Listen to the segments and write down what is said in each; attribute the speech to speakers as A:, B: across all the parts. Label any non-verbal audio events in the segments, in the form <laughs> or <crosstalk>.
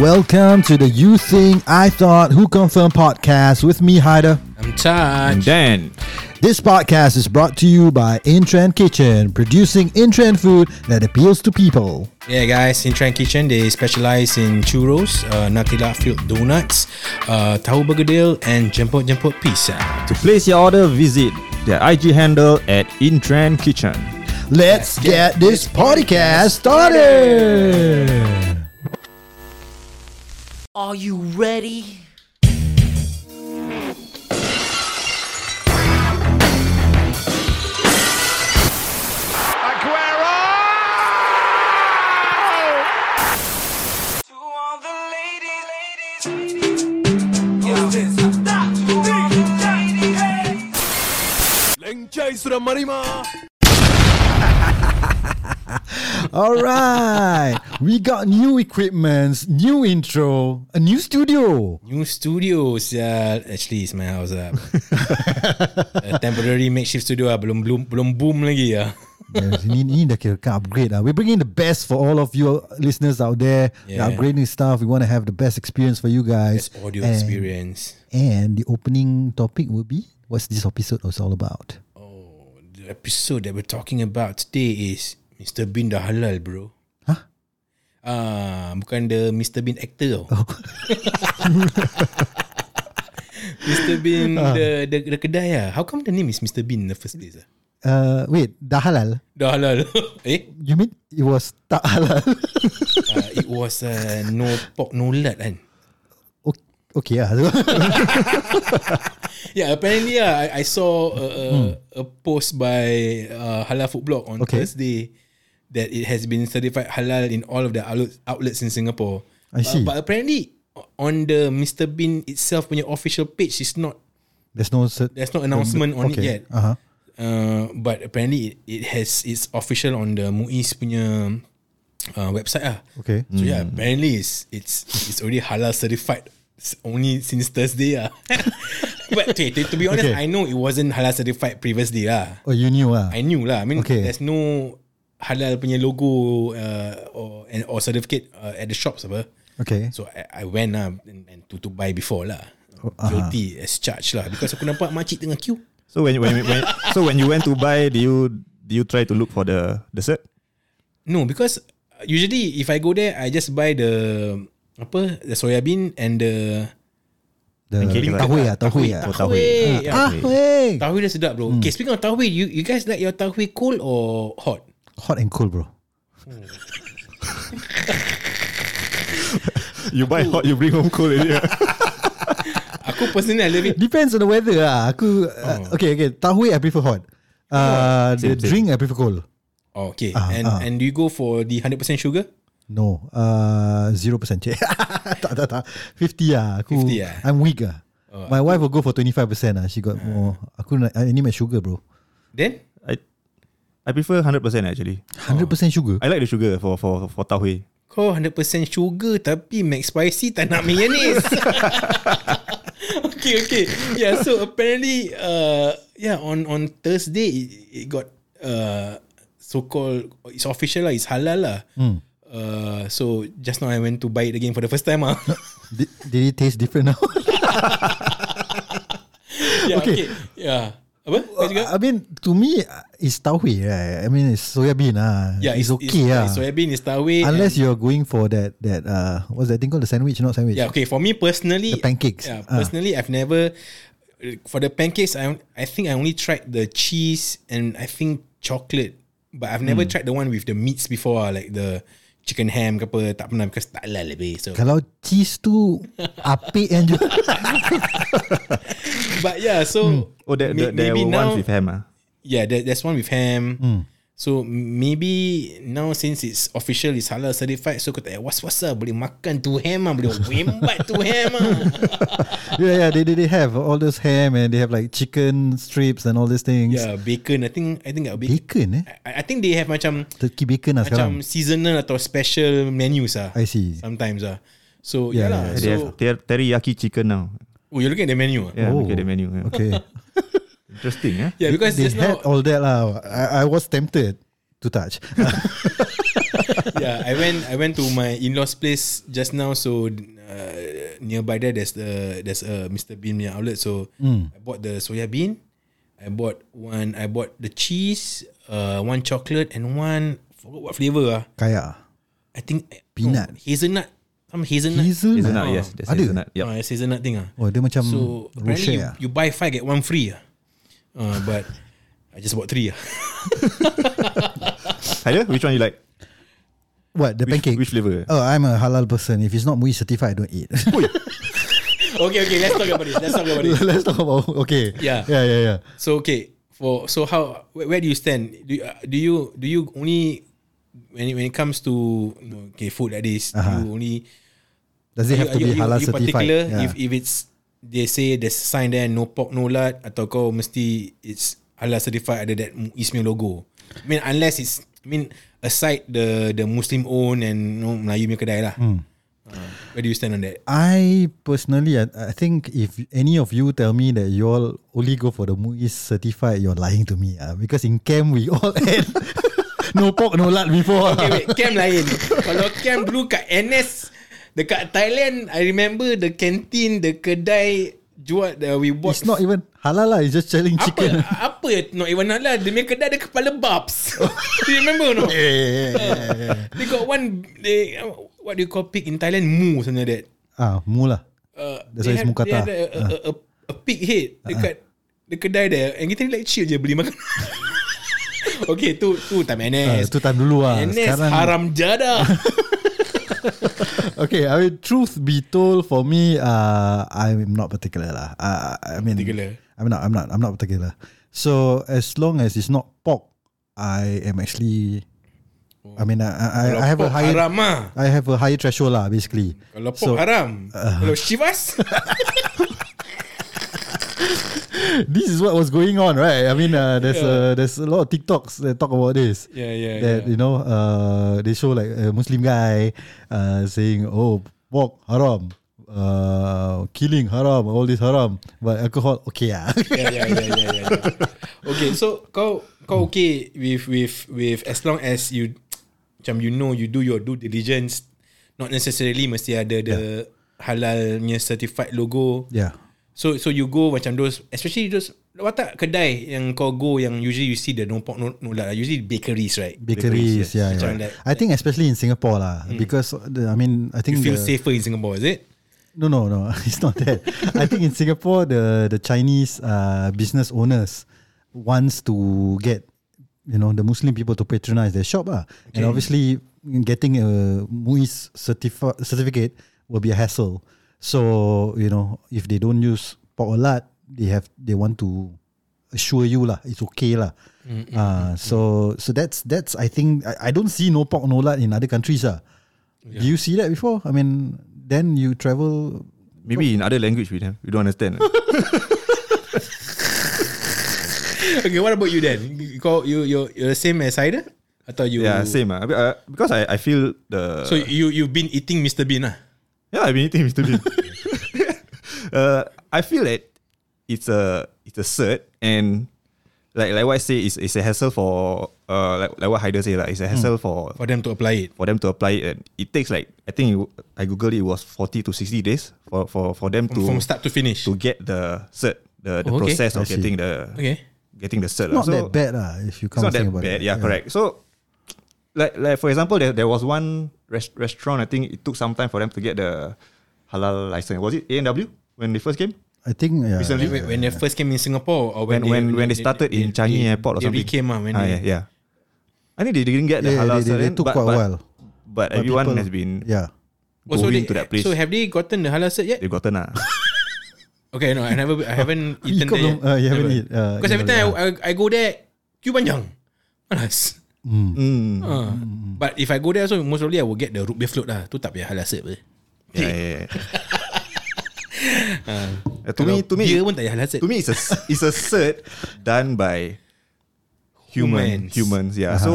A: Welcome to the You Think I Thought Who Confirmed podcast with me, Haida.
B: I'm tired.
C: Dan,
A: This podcast is brought to you by In Trend Kitchen, producing in trend food that appeals to people.
B: Yeah, guys, in Trend Kitchen, they specialize in churros, uh, Nutella filled donuts, uh, tahu bergedil, and jemput-jemput pizza.
C: to place your order, visit their IG handle at Intrend Kitchen.
A: Let's get this podcast started.
D: Are you ready?
E: To all the ladies, ladies, ladies. Yeah. Stop. To all the ladies, ladies.
A: All right, we got new equipments, new intro, a new studio.
B: New studios. Uh, actually, it's my house. Uh. a temporary makeshift studio. Uh, belum, belum, belum boom lagi. Uh.
A: Yes, ini, ini dah kira upgrade lah. We're bringing the best for all of you listeners out there.
B: Yeah.
A: We're upgrading stuff. We want to have the best experience for you guys.
B: It's audio
A: And-
B: experience.
A: And the opening topic will be what's this episode was all about?
B: The episode that we're talking about today is Mr. Bean dah halal, bro.
A: Huh?
B: Ah, bukan the Mr. Bean actor. <laughs> Oh. Mr. Bean the, the the kedai ah. How come the name is Mr. Bean in the first place? ah?
A: Uh, wait, dah halal?
B: Dah halal. <laughs> eh,
A: You mean it was tak halal? <laughs>
B: uh, it was uh, no pork no lard kan.
A: O- okay lah. <laughs>
B: Yeah, apparently ah, I, I saw a, a, a post by uh, Halal Food Blog on
A: Hmm. Okay.
B: Thursday that it has been certified halal in all of the outlets, outlets in Singapore.
A: I see.
B: but apparently on the Mr Bean itself punya official page is not
A: There's no cert-
B: there's no announcement on it
A: okay.
B: yet.
A: Uh-huh.
B: Uh, but apparently it, it has it's official on the MUIS punya uh, website ah.
A: Okay.
B: So yeah, apparently it's it's it's already halal certified s- only since Thursday ah. <laughs> but to, to, to be honest,
A: Okay.
B: I know it wasn't halal certified previously lah.
A: Oh, you knew lah.
B: I knew lah. I mean,
A: Okay.
B: there's no halal punya logo uh, or and or certificate uh, at the shops apa.
A: Okay.
B: So I, I went lah and, and to to buy before lah.
A: Uh-huh.
B: Guilty as charged lah because aku nampak makcik tengah queue.
C: So when, when, when so when you went to buy, do you do you try to look for the the set?
B: No, because uh, usually if I go there, I just buy the apa the soya bean and the
A: The
C: Okay, right.
A: tahu ya, tahu ya.
C: Oh, tahu.
B: Yeah.
A: Ah, hey.
B: Tahu dia sedap
A: Hmm.
B: bro. Okay, speaking of tahu, you you guys like your tahu cold or hot?
A: Hot and cold, bro.
C: You buy hot, you bring home cold. already, ah.
B: Aku personally I love
A: <laughs>
B: it.
A: Depends on the weather lah. Aku
B: Oh.
A: uh, okay, okay. Tahu I prefer hot. Uh, the
C: Same, same.
A: drink I prefer cold.
B: Oh, okay,
A: Ah,
B: and
A: ah.
B: and do you go for the hundred percent sugar?
A: No, uh, zero percent. Cik. <laughs> tak tak tak. Fifty ah. Aku,
B: 50 ah?
A: I'm weak ah. My wife will go for 25% lah. She got more. Aku nak, I need my sugar bro.
B: Then
C: I I prefer hundred percent actually.
A: 100% sugar.
C: I like the sugar for for for tahu.
B: kau 100% sugar tapi mac spicy tak nak mayonnaise. <laughs> okay, okay. Yeah, so apparently uh yeah, on on Thursday it, it got uh so called it's official lah, it's halal lah.
A: Hmm.
B: Mm. Uh, so just now I went to buy it again for the first time ah. <laughs>
A: Did, did it taste different now?
B: yeah,
A: Okay.
B: okay. Yeah. Apa? Kau juga?
A: I mean, to me, it's tauhe, right? I mean, it's soya bean. Ah.
B: Yeah,
A: it's, okay. ah.
C: lah.
B: It's soya bean, it's tawe.
A: Unless you're going for that, that uh, what's that thing called? The sandwich, not sandwich.
B: Yeah, okay. For me personally,
A: The pancakes.
B: Yeah,
A: Ah.
B: personally, I've never for the pancakes. I I think I only tried the cheese and I think chocolate, but I've never
C: Hmm.
B: tried the one with the meats before, ah, like the chicken ham ke apa tak pernah because tak halal lebih. So,
C: Kan?
A: Kalau cheese tu apik kan je.
B: but yeah, so
C: Oh, there,
B: may-
C: there, there were ones with ham. Hmm. ah.
B: yeah, there, there's one with ham. So maybe now since it's official, it's halal certified, so kata, eh, what's what's up? Boleh makan tu ham ah, boleh wembat tu ham ah.
A: yeah, yeah, they, they, they have all those ham and they have like chicken strips and all these things.
B: Yeah, bacon. I think I think got bacon.
A: Bacon eh?
B: I, I think they have macam
A: Turkey bacon lah
B: macam
A: sekarang.
B: seasonal atau special menus ah.
A: I see.
B: Sometimes ah. So
A: Yeah,
B: yeah, lah.
A: yeah,
C: They
B: so
C: have ter- teriyaki chicken now.
B: oh, you're looking at the menu. ah?
C: Yeah,
A: Oh.
C: look at the menu. yeah.
A: Okay.
C: Interesting, eh?
B: Yeah, <laughs> because
A: they oh.
B: just
A: Ah,
B: now
A: had all that lah. I, I was tempted to touch.
B: yeah, I went I went to my in-laws place just now. So uh, nearby there, there's the there's a Mr Bean punya outlet. So
A: Hmm.
B: I bought the soya bean. I bought one. I bought the cheese, uh, one chocolate, and one forgot what flavor ah.
A: Kaya.
B: I think
A: Peanut.
B: no, hazelnut. Some <laughs> hazelnut.
A: Hazelnut.
C: Hazelnut, yes. There's
A: Ada?
C: hazelnut. Yep.
B: Ah, it's hazelnut thing ah.
A: Oh, dia macam
B: So
A: Rocher
B: apparently you,
A: ah.
B: you buy five get one free ah. Uh, but I just bought three ah.
C: Haider, which one you like?
A: What, the
C: Which,
A: pancake?
C: Which flavor?
A: Oh, I'm a halal person. If it's not MUI certified, I don't eat.
B: <laughs>
A: <laughs>
B: okay, okay. Let's talk about this. Let's talk about this.
A: Let's talk about okay.
B: Yeah.
A: Yeah, yeah, yeah.
B: <laughs> So okay, for so how where, where do you stand? Do you, uh, do you do you only when it, when it comes to you know, okay food like this? Do you only
A: Does it have to
B: are you-
A: be
B: are you-
A: halal
B: are you
A: certified?
B: particular
A: Yeah.
B: If if it's they say there's a sign there no pork no lard atau kau mesti it's halal certified ada that Ismail logo. I mean unless it's I mean aside the the Muslim owned and you know, Melayu punya kedai lah. Hmm. Uh, where do you stand on that?
A: I personally, I, I think if any of you tell me that you all only go for the MUIS certified, you're lying to me. ah. because in camp, we all <laughs> had no pork, no lard before.
B: Okay,
A: ah.
B: wait, camp lain. Kalau camp dulu kat NS dekat Thailand, I remember the canteen, the kedai jual uh, we
A: <laughs>
B: bought
A: It's not even halal lah, it's just selling
B: apa
A: chicken.
B: apa not even halal dia punya kedai ada kepala babs you remember or not
A: <laughs> Yeah, yeah, yeah, yeah, yeah.
B: <laughs> They got one they what do you call pig in Thailand? Moo something like that.
A: Ah, mula.
B: Uh,
A: That's
B: they
A: why it's Uh-huh.
B: had- They
A: mookata.
B: had a, a, a, a, a pig head dekat the kedai there and kita ni like chill je beli makan. <laughs> okay, tu tu time
A: Ah,
B: NS.
A: itu time dulu lah.
B: NS
A: Sekarang,
B: haram jada.
A: okay, I mean, truth be told, for me, uh, I'm not particular lah. Uh, I mean,
B: Particular.
A: I'm not. I'm not. I'm not particular. So as long as it's not pork, I am actually. I mean, I, I, <laughs> I have a
B: pork
A: higher.
B: haram ah.
A: I have a higher threshold lah, basically.
B: Kalau pork haram.
A: Ah.
B: Kalau Shivas.
A: <laughs> This is what was going on, right? I mean, uh, there's uh, there's a lot of TikToks that talk about this.
B: Yeah, yeah,
A: That
B: yeah.
A: you know, uh, they show like a Muslim guy uh, saying, "Oh, pork haram, uh, killing haram, all this haram, but alcohol okay ah."
B: yeah, yeah, yeah, yeah, yeah, yeah. <laughs> Okay, so kau kau okay with with with as long as you macam you know you do your due diligence, not necessarily mesti ada the halalnya certified logo.
A: <laughs> yeah.
B: So so you go macam those especially those watak kedai yang kau go yang usually you see the no pork no, no lard, usually bakeries right.
A: Bakeries,
C: Bakeries, yes.
A: yeah,
B: Macam
A: yeah.
B: like-
A: I think especially in Singapore lah, because the, I mean, I think
B: Mm. You feel
A: the-
B: safer in Singapore, is it?
A: No, no, no. <laughs> It's not that. I think in Singapore, the the Chinese uh, business owners wants to get you know the Muslim people to patronize their shop, ah. And obviously, getting a MUIS certifi- certificate will be a hassle. So you know, if they don't use pork a lot, they have they want to assure you lah, it's okay lah. Uh, so so that's that's I think I, I don't see no pork no lard in other countries ah. Do you see that before? I mean, then you travel.
C: Maybe in other language we don't, we don't
B: <laughs>
C: understand.
B: Okay, what about you then? Kau you you you're the same as Ida? Atau you
C: yeah, same. ah. Be- Uh, because I, I feel the...
B: So you you've been eating Mr Bean lah.
C: Yeah, I've been eating Mr. Bean. <laughs> uh, I feel that it's a it's a cert and like like what I say it's, it's a hassle for uh like, like what Haider say like, it's a hassle
B: Hmm.
C: for
B: for them to apply it.
C: for them to apply it and it takes like I think it, I googled it, it was forty to sixty days for for, for them to
B: from start to finish.
C: to get the cert the, the
B: Oh, okay.
C: process
A: I
C: of
A: see.
C: getting the
B: okay.
C: getting the cert lah.
A: Not
C: So-
A: that bad lah, if you
C: it's
A: come
C: not
A: to
C: that
A: think about
C: bad.
A: it.
C: Yeah, correct. So, like, like for example, there, there was one rest, restaurant. I think it took some time for them to get the halal license. Was it A and W when they first came?
A: I think yeah.
B: Recently, when, when they first came in Singapore or when
C: When when,
B: they,
C: when they started in Changi
B: they-
C: Airport or
B: they
C: something.
B: Came, uh, when
C: Ah,
B: they,
C: yeah, yeah. I think they didn't get the
A: Yeah,
C: halal
A: they- they- they
C: cert,
A: took
C: but,
A: quite a
C: but,
A: while.
C: But
A: But
C: everyone
A: people-
C: has been
A: Yeah.
B: Oh, so they,
C: going to that place.
B: So have they gotten the halal cert yet?
C: They've gotten
B: <laughs>
C: ah.
B: Okay, no, I never, I
C: <laughs>
B: haven't eaten
A: kau
B: there.
A: belum-
C: oh,
A: uh, you haven't eat,
B: Never.
A: uh,
B: Because every
A: you
B: time
A: haven't,
B: I, I, I go there, queue panjang. Malas.
C: Mm.
B: Uh, But if I go there, so most probably I will get the root beer float lah. Tu tak payah halal cert.
C: Yeah, yeah,
B: <laughs>
C: yeah. Uh, to me, to me,
B: dia pun tak payah halal cert.
C: to me it's a it's a cert done by human
B: Humans. Uh-huh.
C: humans, yeah so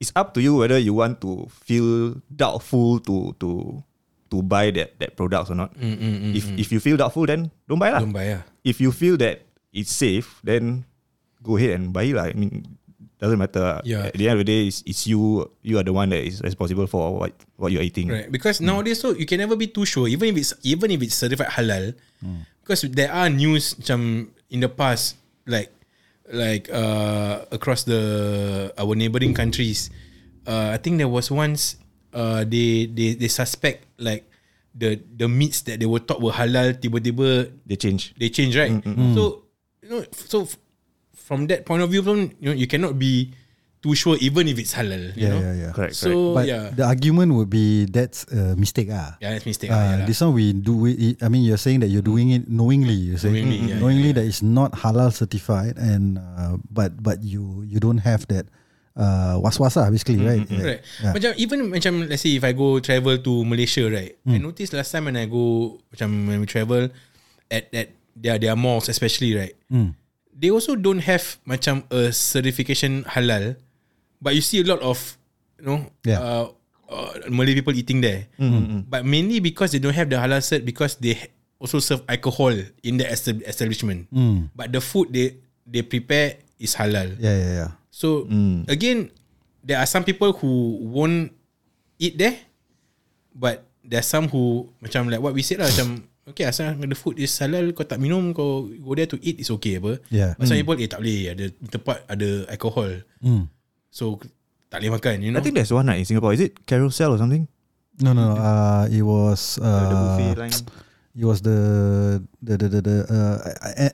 C: it's up to you whether you want to feel doubtful to to to buy that that products or not
B: Mm,
C: if if you feel doubtful then don't buy lah
B: Don't buy lah.
C: if you feel that it's safe then go ahead and buy it lah i mean doesn't matter.
B: Yeah.
C: At the end of the day, it's, it's you. You are the one that is responsible for what what you're eating.
B: Right, because
A: Hmm.
B: nowadays so you can never be too sure. Even if it's even if it's certified halal,
A: Hmm.
B: because there are news macam in the past, like like uh across the our neighboring countries. Uh, I think there was once uh they they they suspect like the the meats that they were thought were halal tiba-tiba
C: They change.
B: they change
A: Hmm,
B: right. So you know so f- from that point of view, pun, you know you cannot be too sure even if it's halal. You
A: Yeah,
B: know?
A: yeah, yeah.
C: Correct. correct.
B: So
A: But
B: yeah.
A: the argument would be that's a mistake, ah.
B: yeah, that's
A: Uh,
B: mistake. ah, yeah lah.
A: This one we do it. I mean, you're saying that you're doing it knowingly. You say
B: Knowingly, yeah,
A: knowingly that it's not halal certified, and uh, but but you you don't have that uh, waswasa basically,
B: Mm-hmm,
A: right?
B: Right.
A: Yeah.
B: Macam even macam let's say if I go travel to Malaysia, right? I
A: Hmm.
B: noticed last time when I go macam when we travel at at their their malls especially, right?
A: Hmm.
B: They also don't have macam a certification halal, but you see a lot of you know
A: Yeah. Hmm,
B: uh, uh, Malay people eating there. But mainly because they don't have the halal cert because they ha- also serve alcohol in the estab- establishment.
A: Hmm.
B: But the food they they prepare is halal.
A: Mm. Yeah, yeah, yeah.
B: So
A: Hmm.
B: again, there are some people who won't eat there, but there are some who macam like what we said lah macam okay asal the food is halal kau tak minum kau go there to eat is okay apa.
A: Yeah. Hmm.
B: But some people eh tak boleh ada tempat ada alcohol. Mm. So tak boleh makan you know.
C: I think there's one night in Singapore. Is it Carousel or something?
A: No, no, no.
B: Mm-hmm.
A: Uh, it was uh,
C: the buffet line.
A: It was the the the the, the uh,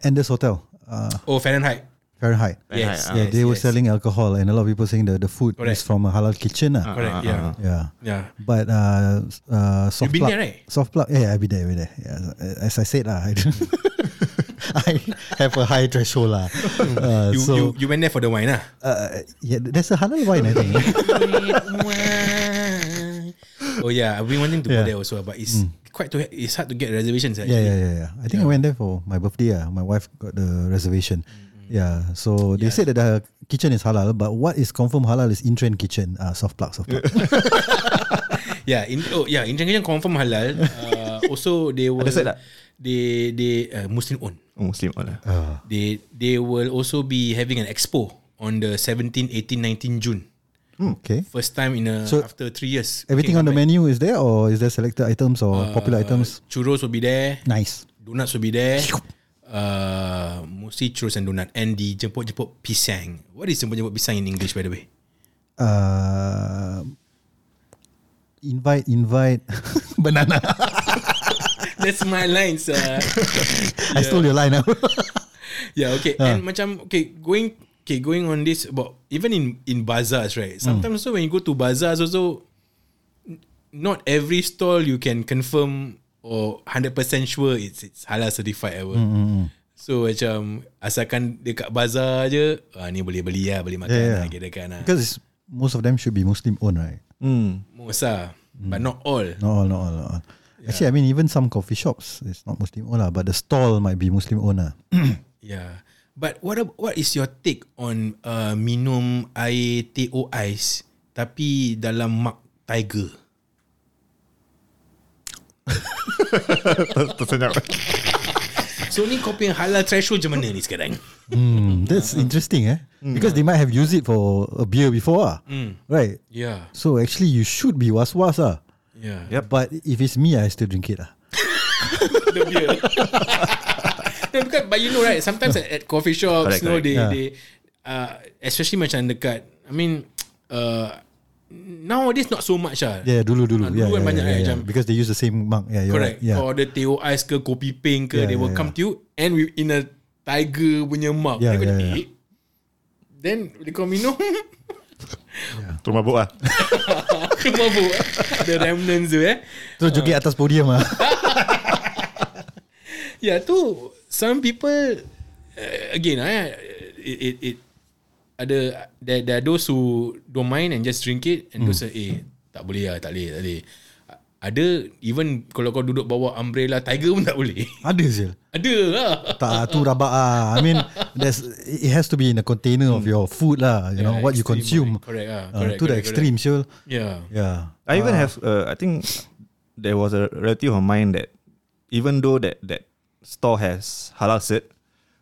A: Anders Hotel, uh,
B: oh Fahrenheit.
A: Fahrenheit. ah.
B: Yes.
C: Fahrenheit,
A: Yeah,
B: yes,
A: they were
B: yes.
A: selling alcohol, and a lot of people saying the the food is
B: Correct.
A: from a halal kitchen. ah.
B: Correct.
C: Ah, ah,
B: yeah.
C: ah.
A: Yeah.
B: Yeah.
A: But uh, s- uh, soft
B: been
A: plug,
B: there, right?
A: Soft plug. Yeah, I've been there. I've been there. Yeah, uh, as I said, lah, I, don't- <laughs> I have a high threshold,
B: <laughs>
A: lah. Uh,
B: You,
A: so
B: you you went there for the wine
A: <laughs>
B: lah.
A: uh, yeah, there's a halal wine, I think.
B: oh yeah, I've been wanting to go
A: Yeah. Hmm.
B: there also, but it's quite to it's hard to get reservations.
A: yeah,
B: Actually.
A: yeah, yeah, yeah. I think I went there for my birthday. Ah, my wife got the reservation. Yeah, so they said that the kitchen is halal, but what is confirmed halal is in trend kitchen. Ah, soft plug, soft plug. <laughs>
B: Yeah, in, oh yeah, Indian kitchen confirm halal. Uh, also they will
C: Ada set tak?
B: they they uh, Muslim own.
C: Oh, Muslim. Oh, lah.
A: Ah,
B: They they will also be having an expo on the 17, 18, 19 June.
C: Hmm.
A: okay.
B: First time in a,
A: So,
B: after three years.
A: Everything on the menu is there, or is there selected items or popular items?
B: Churros will be there.
A: Uh, Nice.
B: Donuts will be there. Uh, mostly churros and donut and the jemput-jemput pisang. What is jemput-jemput pisang in English, by the way?
A: Uh, invite, invite. <laughs> Banana.
B: That's my lines. Uh, <laughs>
A: I stole your <laughs> line. ah.
B: Yeah, okay.
A: Ha.
B: And macam okay, going okay, going on this about even in in bazaars, right?
A: Hmm.
B: Sometimes also when you go to bazaars also n- not every stall you can confirm or 100% sure it's it's halal certified ever.
A: Hmm.
B: So macam asalkan dekat bazaar je, ah ni boleh beli lah, boleh makan
A: Yeah, yeah.
B: lah, kirakan lah.
A: because it's, most of them should be Muslim owned, right?
B: Most lah. But not all.
A: Hmm. No, all, not all, not all. Actually, I mean, even some coffee shops, it's not Muslim owned, lah, but the stall might be Muslim owned. ah. lah.
B: Yeah. But what ab- what is your take on uh, minum air teh o ais tapi dalam mug tiger?
C: <laughs> Tersenyap. <laughs>
B: So ni kau punya halal threshold macam mana ni sekarang?
A: Hmm, that's interesting, eh? Because they might have used it for a beer before, ah, right?
B: Yeah,
A: So actually, you should be was was, ah.
B: yeah.
C: Yep.
A: But if it's me, I still drink it, ah.
B: The beer. <laughs> no, because, but you know right, sometimes at, at coffee shops, you
C: Correct,
B: know,
C: correct.
B: they,
A: Yeah.
B: they uh, especially macam dekat, I mean, uh, nowadays not so much ah.
A: Yeah, dulu dulu,
B: Ah,
A: yeah,
B: dulu kan
A: yeah,
B: banyak
A: yeah,
B: kan,
A: yeah.
B: macam-
A: because they use the same mug. Yeah, you're
B: Correct.
A: right. Yeah,
B: Or the teh o ais ke, kopi peng ke,
A: Yeah,
B: they will
A: yeah,
B: come to you and we in a tiger punya mug.
A: Yeah,
B: Then kau
A: yeah,
B: macam,
A: yeah.
B: "Eh?" Then bila kau <laughs> minum,
C: Tu mabuk lah.
B: kau mabuk. The remnants tu eh.
A: terus joget atas podium ah. <laughs>
B: Yeah, Ya, tu some people uh, again, I it it, it ada there, there are those who don't mind and just drink
A: Hmm.
B: it and those are eh tak boleh lah, tak boleh, tak boleh. A- Ada even kalau kau duduk bawa umbrella tiger pun tak boleh. <laughs>
A: Ada je.
B: ada lah.
A: Tak tu rabak ah. I mean, there's it has to be in a container of your food lah. You know
B: Yeah,
A: what you
B: extreme,
A: consume.
B: Correct lah.
A: Ah,
B: Correct,
A: to the
B: correct,
A: extreme, sure.
B: correct. Yeah.
A: Yeah.
C: I even have uh, I think there was a relative of mine that even though that that store has halal cert,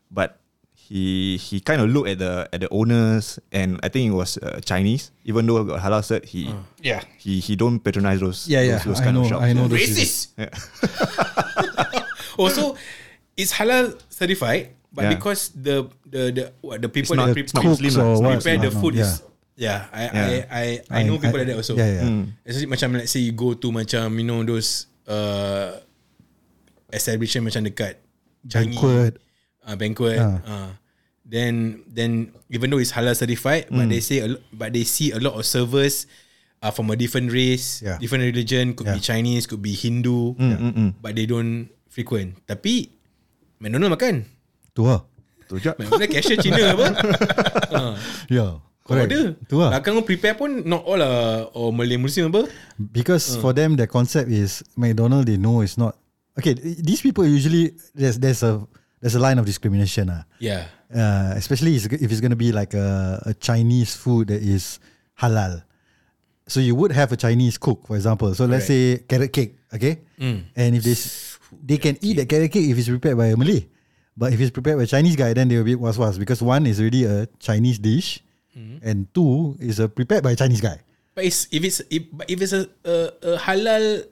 C: but he he kind of looked at the at the owners, and I think it was uh, Chinese. Even though got halal cert, he
B: Yeah.
C: he he don't patronize those
A: Yeah, yeah.
C: those, those
A: I
C: kind
A: know.
C: of shops.
A: I know. those people.
B: Racist. <laughs> also, it's halal certified, but
C: Yeah.
B: because the the the what, the people
C: not-
B: that pre- uh,
C: it's not Muslim
A: Cooks
C: lah,
A: or
C: it's not
A: what?
C: Muslim
B: prepare
A: Yeah,
B: the
A: no,
B: food
A: yeah.
B: is yeah. I, I I I
A: I-
B: know people
A: I-
B: like that also.
A: yeah, yeah. Mm.
B: Especially macam let's say you go to macam you know those uh establishment macam dekat Changi,
A: Banquet.
B: uh, banquet.
A: Ah.
B: Uh, then then even though it's halal certified,
A: Hmm.
B: but they say a lo- but they see a lot of servers are from a different race,
A: Yeah.
B: different religion. Could be
A: Yeah. Hmm,
B: Chinese, could be Hindu, but they don't frequent. Tapi McDonald makan.
A: Tu ah. lah.
C: Tu je.
B: McDonald
A: <laughs>
B: cashier Cina apa?
A: Yeah. Correct.
B: Order.
A: Tu ah. lah.
B: Belakang kau prepare pun not all are or Malay Muslim apa.
A: Because for them, their concept is McDonald. They know it's not okay. These people usually there's there's a there's a line of discrimination. Ah,
B: Yeah.
A: uh, especially is- if it's going to be like a, a Chinese food that is halal. So you would have a Chinese cook, for example. So let's say carrot cake, okay, and if this they can eat that Mm. carrot cake if it's prepared by a Malay, but if it's prepared by a Chinese guy, then they will be was was because one is already a Chinese dish, and two is a prepared by a Chinese guy.
B: But it's, if it's if, but if it's a, a, a halal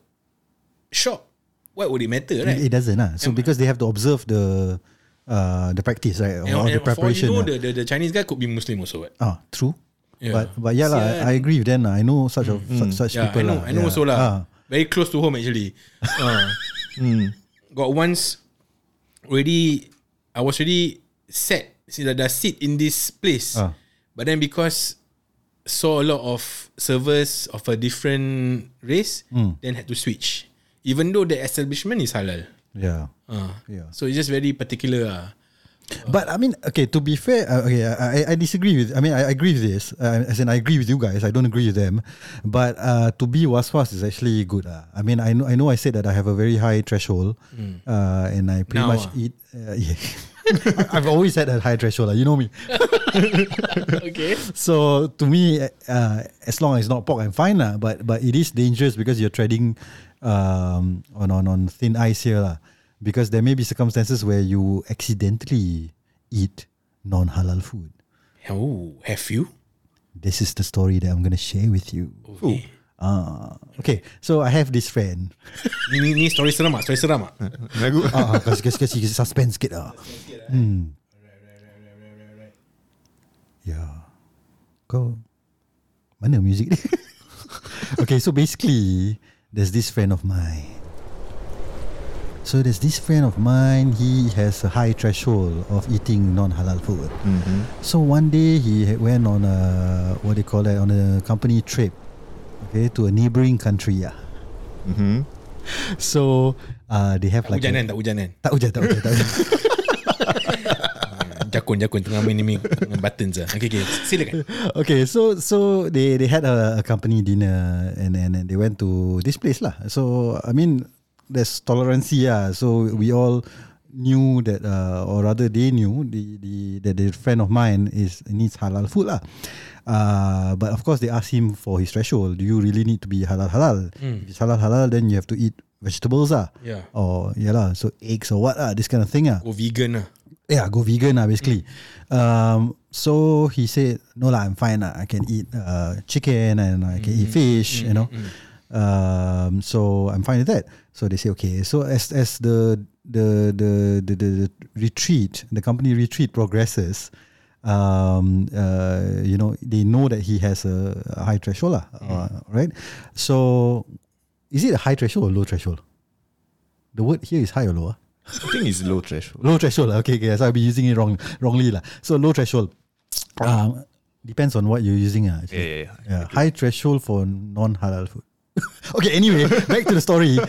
B: shop, what would it matter, right?
A: It, it doesn't lah. So because they have to observe the uh, the practice right
B: and,
A: or
B: and
A: the preparation.
B: For all you
A: lah.
B: know, the, the, the Chinese guy could be Muslim also. Right?
A: ah, true.
B: Yeah. Mm-hmm.
A: But but yeah lah, I- I agree with them. lah. I know such of such, such
B: Yeah,
A: people
B: I know,
A: lah.
B: I know
A: yeah.
B: also lah.
A: Ah,
B: Very close to
A: <laughs>
B: home actually. uh,
A: Hmm.
B: Got once already, I was already set, see that I sit in this place.
A: Ah.
B: But then because saw a lot of servers of a different race,
A: Hmm.
B: then had to switch. Even though the establishment is halal.
A: yeah.
B: Uh,
A: Yeah.
B: So it's just very particular. ah.
A: But I mean, okay. To be fair, uh, okay, I, I- I disagree with. I mean, I agree with this. Uh, as in, I agree with you guys. I don't agree with them. But uh, to be waswas is actually good. Uh. I mean, I know. I know. I said that I have a very high threshold, uh, and I pretty
B: Mm. Now,
A: much
B: ah.
A: eat. Uh, <laughs> yeah. I- I've always had a high threshold. lah. You know me.
B: okay.
A: So to me, uh, as long as it's not pork, I'm fine lah. But but it is dangerous because you're treading um, on on on thin ice here lah. Because there may be circumstances where you accidentally eat non halal food.
B: Oh, have you?
A: This is the story that I'm gonna share with you.
B: Okay.
A: Ah, okay. So I have this friend.
B: Ni, ni, ni story seram ah, story seram ah.
C: Lagu.
A: <laughs> Ah, kasi kasi kasi suspense sikit lah. Hmm. Yeah. Ya. Kau mana music ni? <laughs> okay, so basically there's this friend of mine. So there's this friend of mine. He has a high threshold of eating non-halal food. So one day he had- went on a what they call that on a company trip, okay, to a neighboring country. Yeah. So uh, they have
B: Tak
A: like a-
B: hujanan, kan, tak hujanan.
A: tak hujan, tak hujan, tak hujan.
B: Jakun, jakun tengah main ni dengan buttons ah. Okay, okay. Silakan.
A: <laughs> okay, so so they they had a, a company dinner and then and they went to this place lah. So I mean, there's tolerance yeah. So we all knew that, uh, or rather they knew the the that the friend of mine is needs halal food lah. Uh, but of course they asked him for his threshold. Do you really need to be halal halal? If it's halal halal, then you have to eat vegetables ah.
B: Yeah.
A: Or yeah lah. So eggs or what ah, this kind of thing ah.
B: Go vegan lah.
A: yeah, go vegan lah basically. Um, so he said, no lah, I'm fine lah. I can eat uh, chicken and I can eat fish, you know. Um, so I'm fine with that. So they say okay. So as as the the the the, the, the retreat, the company retreat progresses, um, uh, you know they know that he has a, a high threshold, lah, uh, right? So is it a high threshold or low threshold? The word here is high or low? ah?
C: I think it's low threshold.
A: Low threshold. lah. Okay, okay. So I'll be using it wrong, wrongly. lah. So low threshold.
C: <coughs>
A: Um, depends on what you're using. ah. actually.
C: Yeah, yeah, yeah.
A: Yeah, High threshold for non halal food. <laughs> okay, anyway, back to the
C: <laughs>
A: story.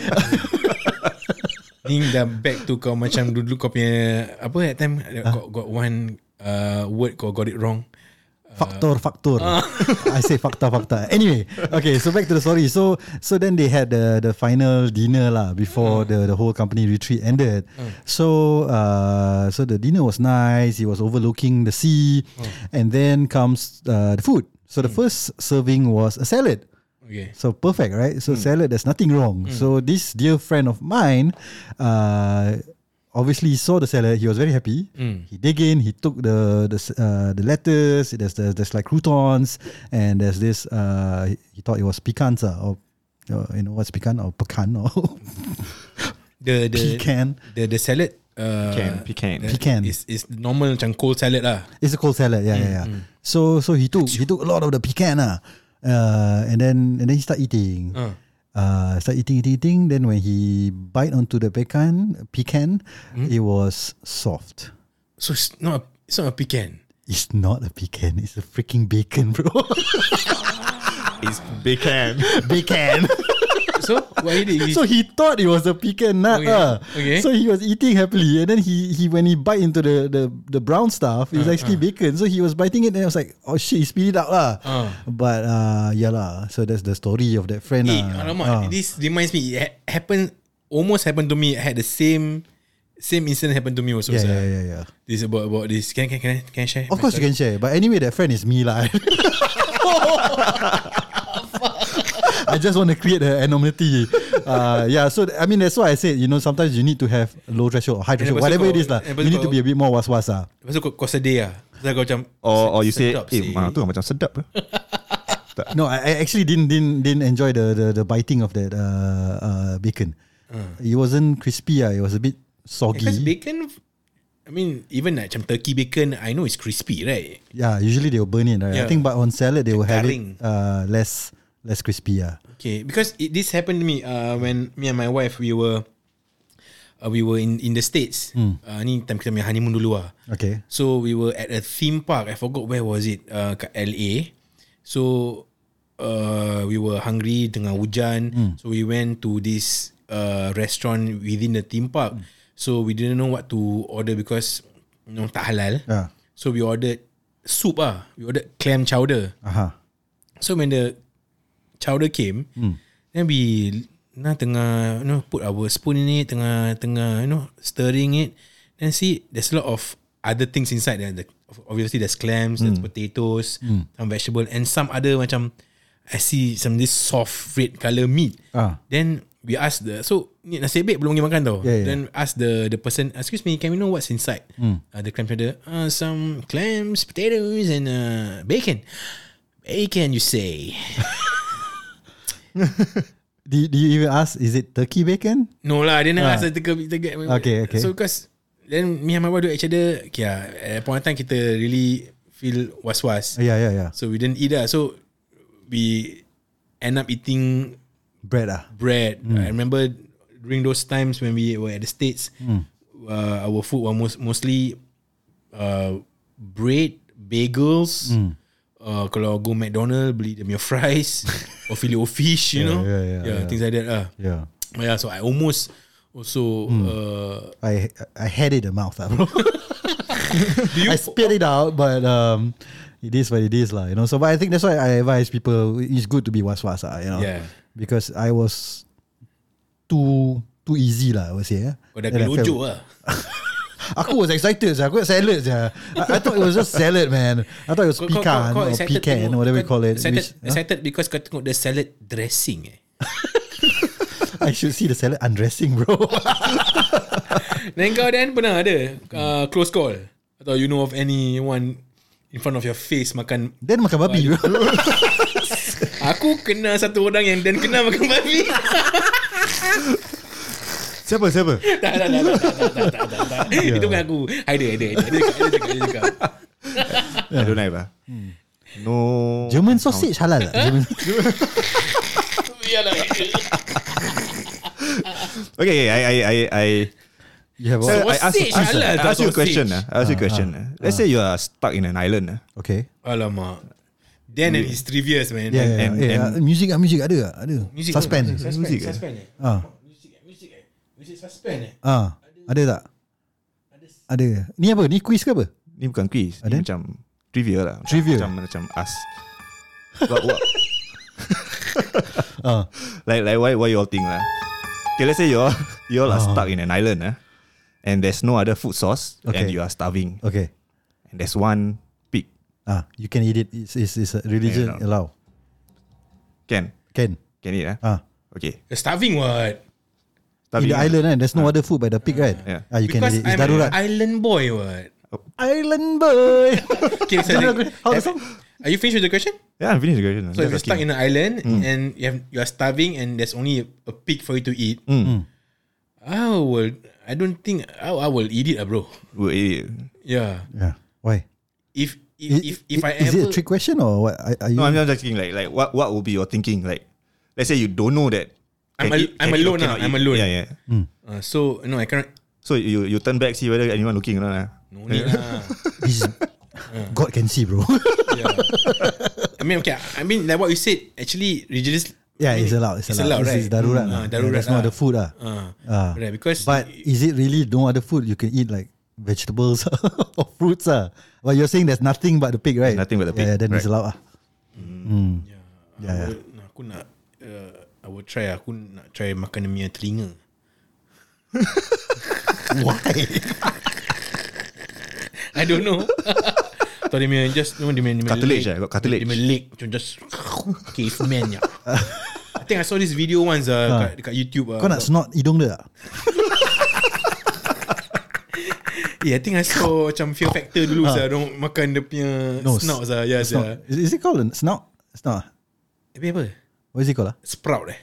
B: Ni dah back to kau macam dulu kau punya apa that time kau got one uh, word kau got it wrong.
A: Factor, factor.
C: Uh.
A: <laughs> I say factor, factor. Anyway, okay, so back to the story. So so then they had the the final dinner lah before
C: Mm.
A: the, the whole company retreat ended. So uh, so the dinner was nice. It was overlooking the sea,
C: Mm.
A: and then comes uh, the food. So the first serving was a salad.
B: Okay.
A: So perfect, right? So salad, there's nothing wrong. So this dear friend of mine, uh, obviously he saw the seller. He was very happy. He dig in. He took the the s- uh, the lettuce. There's, there's there's like croutons and there's this. Uh, he- he thought it was picanza or uh, you know what's pecan or pecan or <laughs>
B: The the
A: pecan.
B: the, the salad uh,
C: Pecan, pecan.
B: the-
A: Pecan.
B: is is normal macam cold salad lah.
A: It's a cold salad. Yeah, yeah, yeah. So so he took he took a lot of the pecan ah. Uh, and then and then he start eating. Uh. start eating, eating, eating. Then when he bite onto the pecan, pecan, it was soft.
B: So it's not a, it's not a pecan.
A: It's not a pecan. It's a freaking bacon, bro.
C: <laughs>
A: <laughs>
C: It's pecan.
A: bacon.
B: So <laughs> why did he?
A: so he thought it was a pecan nut.
B: Okay,
A: ah.
B: okay.
A: So he was eating happily, and then he he when he bite into the the, the brown stuff,
B: Uh,
A: it's actually bacon. So he was biting it, and I was like, oh shit, he spit it out lah.
B: Ah.
A: But uh, yeah lah. So that's the story of that friend.
B: eh,
A: ah.
B: alamak,
A: Ah.
B: this reminds me. It ha- happened almost happened to me. I had the same same incident happened to me also.
A: Yeah,
B: sir.
A: yeah, yeah, yeah.
B: This about about this. Can can can I, can I share?
A: Of course you can share, but anyway, that friend is me lah. <laughs> I just want to create the anonymity. Uh, yeah, so I mean that's why I said you know sometimes you need to have low threshold or high threshold,
B: lepas tu
A: whatever
B: kau-
A: it is lah.
B: lepas tu
A: You need to
B: kau-
A: be a bit more was was lah.
B: Lepas tu kau, kau sedih lah. Lepas tu kau macam
A: Oh,
C: Or, or you say,
B: Sedap
C: eh,
B: sih."
C: mana tu macam sedap. eh."
A: No, I, I actually didn't didn't didn't enjoy the the, the biting of that uh, uh, bacon.
B: Hmm.
A: It wasn't crispy. Uh, it was a bit
B: Because
A: soggy.
B: bacon I mean even like macam turkey bacon I know it's crispy right
A: Yeah, usually they will burn it. Right? I
B: Yeah.
A: think, but on salad they will have
B: Garing.
A: it uh, less less crispy. Uh.
B: Okay Because it, this happened to me uh, When me and my wife We were uh, We were in in the States uh, Ni time kita punya honeymoon dulu lah
A: Okay.
B: So we were at a theme park. I forgot where was it. Uh, kat LA. So uh, we were hungry tengah hujan. So we went to this uh, restaurant within the theme park. So we didn't know what to order because you know, tak halal.
A: Ah.
B: So we ordered soup ah. We ordered clam chowder.
A: Aha.
B: So when the chowder came, then we nah tengah you know put our spoon in it, tengah tengah you know stirring it, then see there's a lot of other things inside there. The, obviously there's clams, there's potatoes, some vegetable, and some other macam I see some this soft red color meat.
A: Ah.
B: Then we ask the so ni nasi bek belum pergi makan tau.
A: Yeah, yeah.
B: Then ask the the person, excuse me, can we know what's inside?
A: Hmm.
B: Uh, the clam chowder, uh, some clams, potatoes, and uh, bacon. Bacon, you say?
A: Do, do you even ask? Is it turkey bacon?
B: No lah, dia
A: Ah.
B: nak rasa teka, teka,
A: Okay, okay.
B: So because then me and my wife do each other, okay, ah, at that point of time kita really feel was-was.
A: Yeah, yeah, yeah.
B: So we didn't eat lah. So we end up eating
A: Bread ah.
B: bread. I remember during those times when we were at the states,
A: Hmm.
B: uh, our food was most, mostly uh, bread, bagels.
A: Hmm.
B: Uh, kalau go McDonald beli dia punya
A: <laughs>
B: fries or fillet of fish, you
A: Yeah,
B: know,
A: yeah, yeah, yeah.
B: things like that lah.
A: Yeah. Hmm.
B: Yeah, so I almost also. Uh,
A: I I had it in the mouth ah, bro.
B: <laughs> do you?
A: I spit it out, but um, it is what it is lah. You know. So, but I think that's why I advise people. It's good to be was was ah. You know.
B: Yeah.
A: Because I was too too easy lah. I would say. Eh?
B: kau Oh, dah
A: And I
B: kelujuk ah.
A: felt-
B: lah.
A: Aku was excited. Sia. Aku salad. Sia. I, I thought it was just salad, man. I thought it was
B: Kau- kau-
A: pecan
B: kau- kau
A: or
B: excited
A: pecan,
B: tengok-
A: whatever you
B: kau
A: call it.
B: Excited,
A: which- huh?
B: excited because kau tengok the salad dressing eh.
A: I should see the salad undressing, bro. <laughs>
B: Then kau Dan pernah ada uh, close call atau you know of anyone in front of your face makan
A: Then makan babi, bro.
B: aku kena satu orang yang Dan kena makan babi.
C: Siapa, siapa?
B: <laughs> tak tak tak tak tak tak tak. tak, tak.
A: Ya.
B: Itu bukan aku. Ada ada ada ada cakap, ada cakap, ada cakap.
C: I don't have ah. No.
A: <laughs> Hmm. German sausage halal lah.
B: <laughs>
A: German
B: Iyalah.
C: Okay, I, I, I, I.
A: you have
C: I-
A: all,
C: I ask,
B: Sausage
C: I ask-
B: halal
C: I
B: tak
C: ask you a
B: sausage?
C: question. ah. I ask you a question. ah. Let's say you are stuck in an island. ah.
A: okay.
B: Alamak. Dan
A: Ya.
B: and his trivias man.
A: Yeah, yeah,
C: And-
A: yeah. Eh,
C: and-
A: ah, music ah, music ada ah, ada.
B: Music
A: Suspend.
B: Suspend.
C: Music
B: Suspend.
C: eh?
B: Suspend. eh?
A: Ah.
B: Music eh, music eh. Music suspend eh.
A: Ah, ada tak? Ada. Ni apa? Ni quiz ke apa?
C: Ni bukan quiz.
A: Ah, then?
C: Ni macam trivia lah.
A: Trivia?
C: Macam, macam ask. what, what,
A: <laughs> Ah,
C: like, like why, why you all think lah? Okay, let's say you all, <laughs> you all are
A: Ah.
C: stuck in an island. ah, And there's no other food source.
A: Okay.
C: And you are starving.
A: okay.
C: And there's one pig.
A: Ah, you can eat it. It's it's, it's a religion
C: Yeah, no.
A: allow.
C: Can.
A: Can.
C: Can eat ah?
A: Ah.
C: Okay.
B: You're starving what?
A: in the
C: Tabi.
A: island, right? There's no other food by the pig, right?
C: Yeah.
A: Ah, you can
B: Because
A: eat it. It's
B: I'm an
A: darurat.
B: island boy what
A: Island boy. <laughs>
B: okay, so like,
A: How the
B: have-
A: song?
B: are you finished with the question
C: Yeah, I'm finished the question.
B: so if
C: That's
B: you're stuck in
C: lucky.
B: an island
A: Mm.
B: and you, have, you are starving and there's only a, a pig for you to eat
A: Mm.
B: I will I don't think I, I will eat it ah, bro
C: We'll eat it.
B: yeah
A: Yeah. Why?
B: if if
A: I-
B: if,
A: i-
B: if I
A: is it a
B: ever
A: trick question or what? Are, are you?
C: No, I'm just asking like like what what would be your thinking like? Let's say you don't know that.
B: I'm
C: can
B: al-
C: eat-
B: I'm
C: can eat or
B: alone ah,
C: cannot
B: I'm
C: eat.
B: alone.
C: Yeah, yeah.
B: uh, so no I cannot
C: So you you turn back see whether anyone looking or not. ah.
B: no need lah.
A: This is- God can see, bro. <laughs>
B: yeah. I mean okay I mean like what you said actually religious
A: yeah,
B: I mean,
A: it's allowed. It's allowed.
B: right
A: This is darurat.
B: Mm,
A: lah.
B: ah,
A: Yeah,
B: darurat
A: There's no
B: lah.
A: other food. lah.
B: Ah,
A: Ah.
B: right because
A: But is it really no other food? You can eat like vegetables <laughs> or fruits. Ah. But you're saying there's nothing but the pig, right?
C: Nothing but the
A: Yeah,
C: pig,
A: then it's
C: right.
A: allowed. Ah.
B: yeah, I will, nah, aku nak uh, I will try aku nak try makan dia punya telinga why I don't know <laughs> Atau dia punya just no, dia punya, dia punya
C: Cartilage
B: leg.
C: eh, got cartilage.
B: Dia punya leg Macam just <laughs> Caveman ya I think I saw this video once uh, kat, dekat YouTube uh,
A: Kau nak snort hidung dia? ah? tak?
B: Yeah, I think I saw macam Fear Factor dulu ha. Zah, Diorang makan dia punya
A: No,
B: no, snout Zah. Ya, Zah.
A: Snort. Is, is it called a snout? Snout? ah?
B: Tapi apa?
A: What is it called? Ah?
B: Sprout eh.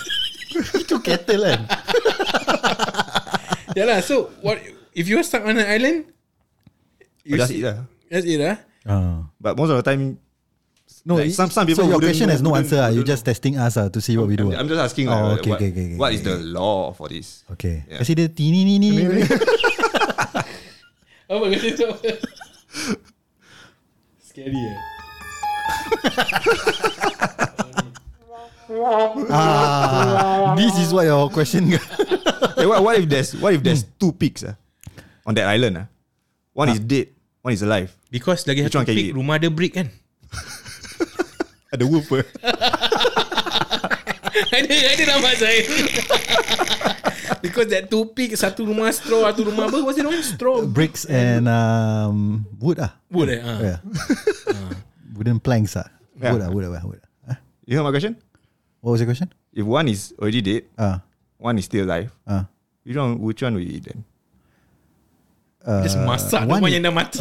B: <laughs>
A: Itu kettle kan?
B: Yalah, Ya lah, so what if you are stuck on an island? You
C: Just
B: see-
C: eat lah.
B: Just eat lah.
A: <laughs> Ah.
C: But most of the time,
A: No,
C: Like,
A: it-
C: some- some people
A: So your
C: wouldn't
A: question
C: know-
A: has no
C: wouldn't-
A: answer. ah. you
C: wouldn't
A: just testing us ah, to see what we do. ah.
C: I'm just asking
A: Oh,
C: like,
A: okay,
C: what,
A: okay, okay, okay,
C: what is the law for this?
A: Okay.
C: Yeah.
A: Kasi dia tini ni <laughs> ni.
B: Apa kata tu? Scary eh.
A: ah, this is what your question. <laughs>
C: Like, what, what if there's what if there's two pigs ah on that island? ah? One is dead, one is alive. <laughs>
B: Because lagi
C: Which
B: satu
C: one can
B: pig
C: eat?
B: rumah dia brick kan?
C: Ah, The wolf. eh?
B: ada, ada nampak saya. Because that two pig, satu rumah straw, satu rumah apa? What's it on? Straw.
A: Bricks and um, wood ah.
B: Wood eh? Ha.
A: Yeah. Wooden planks ah.
C: Yeah.
A: Wood ah, wood ah, wood. ah. Huh?
C: You hear my question?
A: What was your question?
C: If one is already dead,
A: Ah,
C: one is still alive.
A: ah.
C: Which one? Which one will you eat then?
B: Just masak
A: Uh, one
B: rumah
A: is-
B: yang dah
A: <laughs>
B: mati.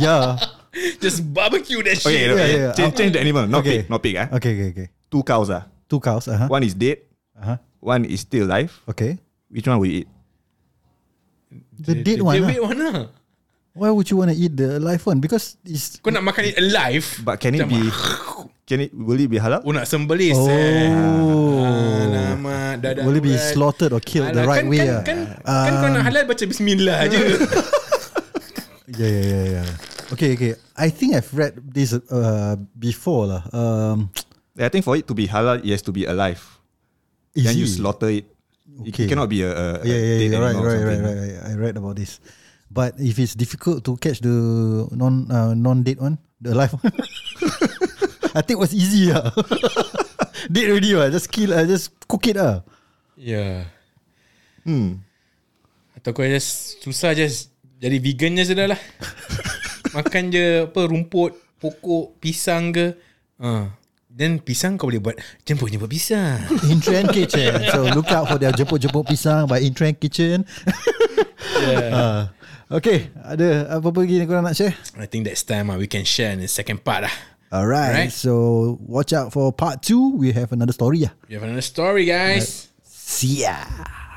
A: Yeah.
B: Just barbecue that shit.
C: Okay, no,
A: yeah, yeah.
C: Change, change the animal. Not
A: Okay.
C: pig, not pig. Ah,
A: Okay, okay, okay.
C: two cows. Ah,
A: Two cows. Uh huh.
C: one is dead,
A: Uh huh.
C: one is still alive.
A: Okay.
C: Which one will you eat?
A: The dead one.
B: The
A: ah.
B: dead one lah.
A: Why would you want to eat the live one? Because it's
B: Kau nak makan it alive.
C: But can it
B: Macam
C: be? Can it? Will it be halal?
B: Oh nak sembelih
A: oh.
B: eh. Alamak dadah
A: Will it be
B: urat.
A: slaughtered or killed the
B: Alah,
A: right
B: kan,
A: way?
B: Kan,
A: ah?
B: kan, kan kau nak halal baca bismillah je
A: <laughs> Yeah, yeah, yeah, yeah. Okay, okay. I think I've read this uh, before. lah. Um,
C: I think for it to be halal, it has to be alive. Then you
A: easy.
C: slaughter it.
A: Okay.
C: It cannot be a, a a
A: Yeah, yeah,
C: dead
A: yeah. Right,
C: animal or
A: right, right,
C: something.
A: right, right. I read about this. But if it's difficult to catch the non uh, non dead one, the alive one, <laughs> I think was easy. ah. <laughs> dead already, ah. Just kill, ah. just cook it, ah.
B: Yeah
C: Hmm.
B: Ya. Atau kau just Susah just Jadi vegan je sudah lah Makan je Apa rumput Pokok Pisang ke ha. Then pisang kau boleh buat Jemput-jemput pisang
A: <laughs> In trend kitchen. So look out for their jemput-jemput pisang by in trend kitchen.
B: <laughs> yeah.
A: Ah. okay, ada apa-apa lagi yang korang nak share?
B: I think that's time ah, We can share in the second part lah
A: All right.
B: Alright.
A: So watch out for part two. We have another story. Yeah.
B: We have another story guys
A: See ya.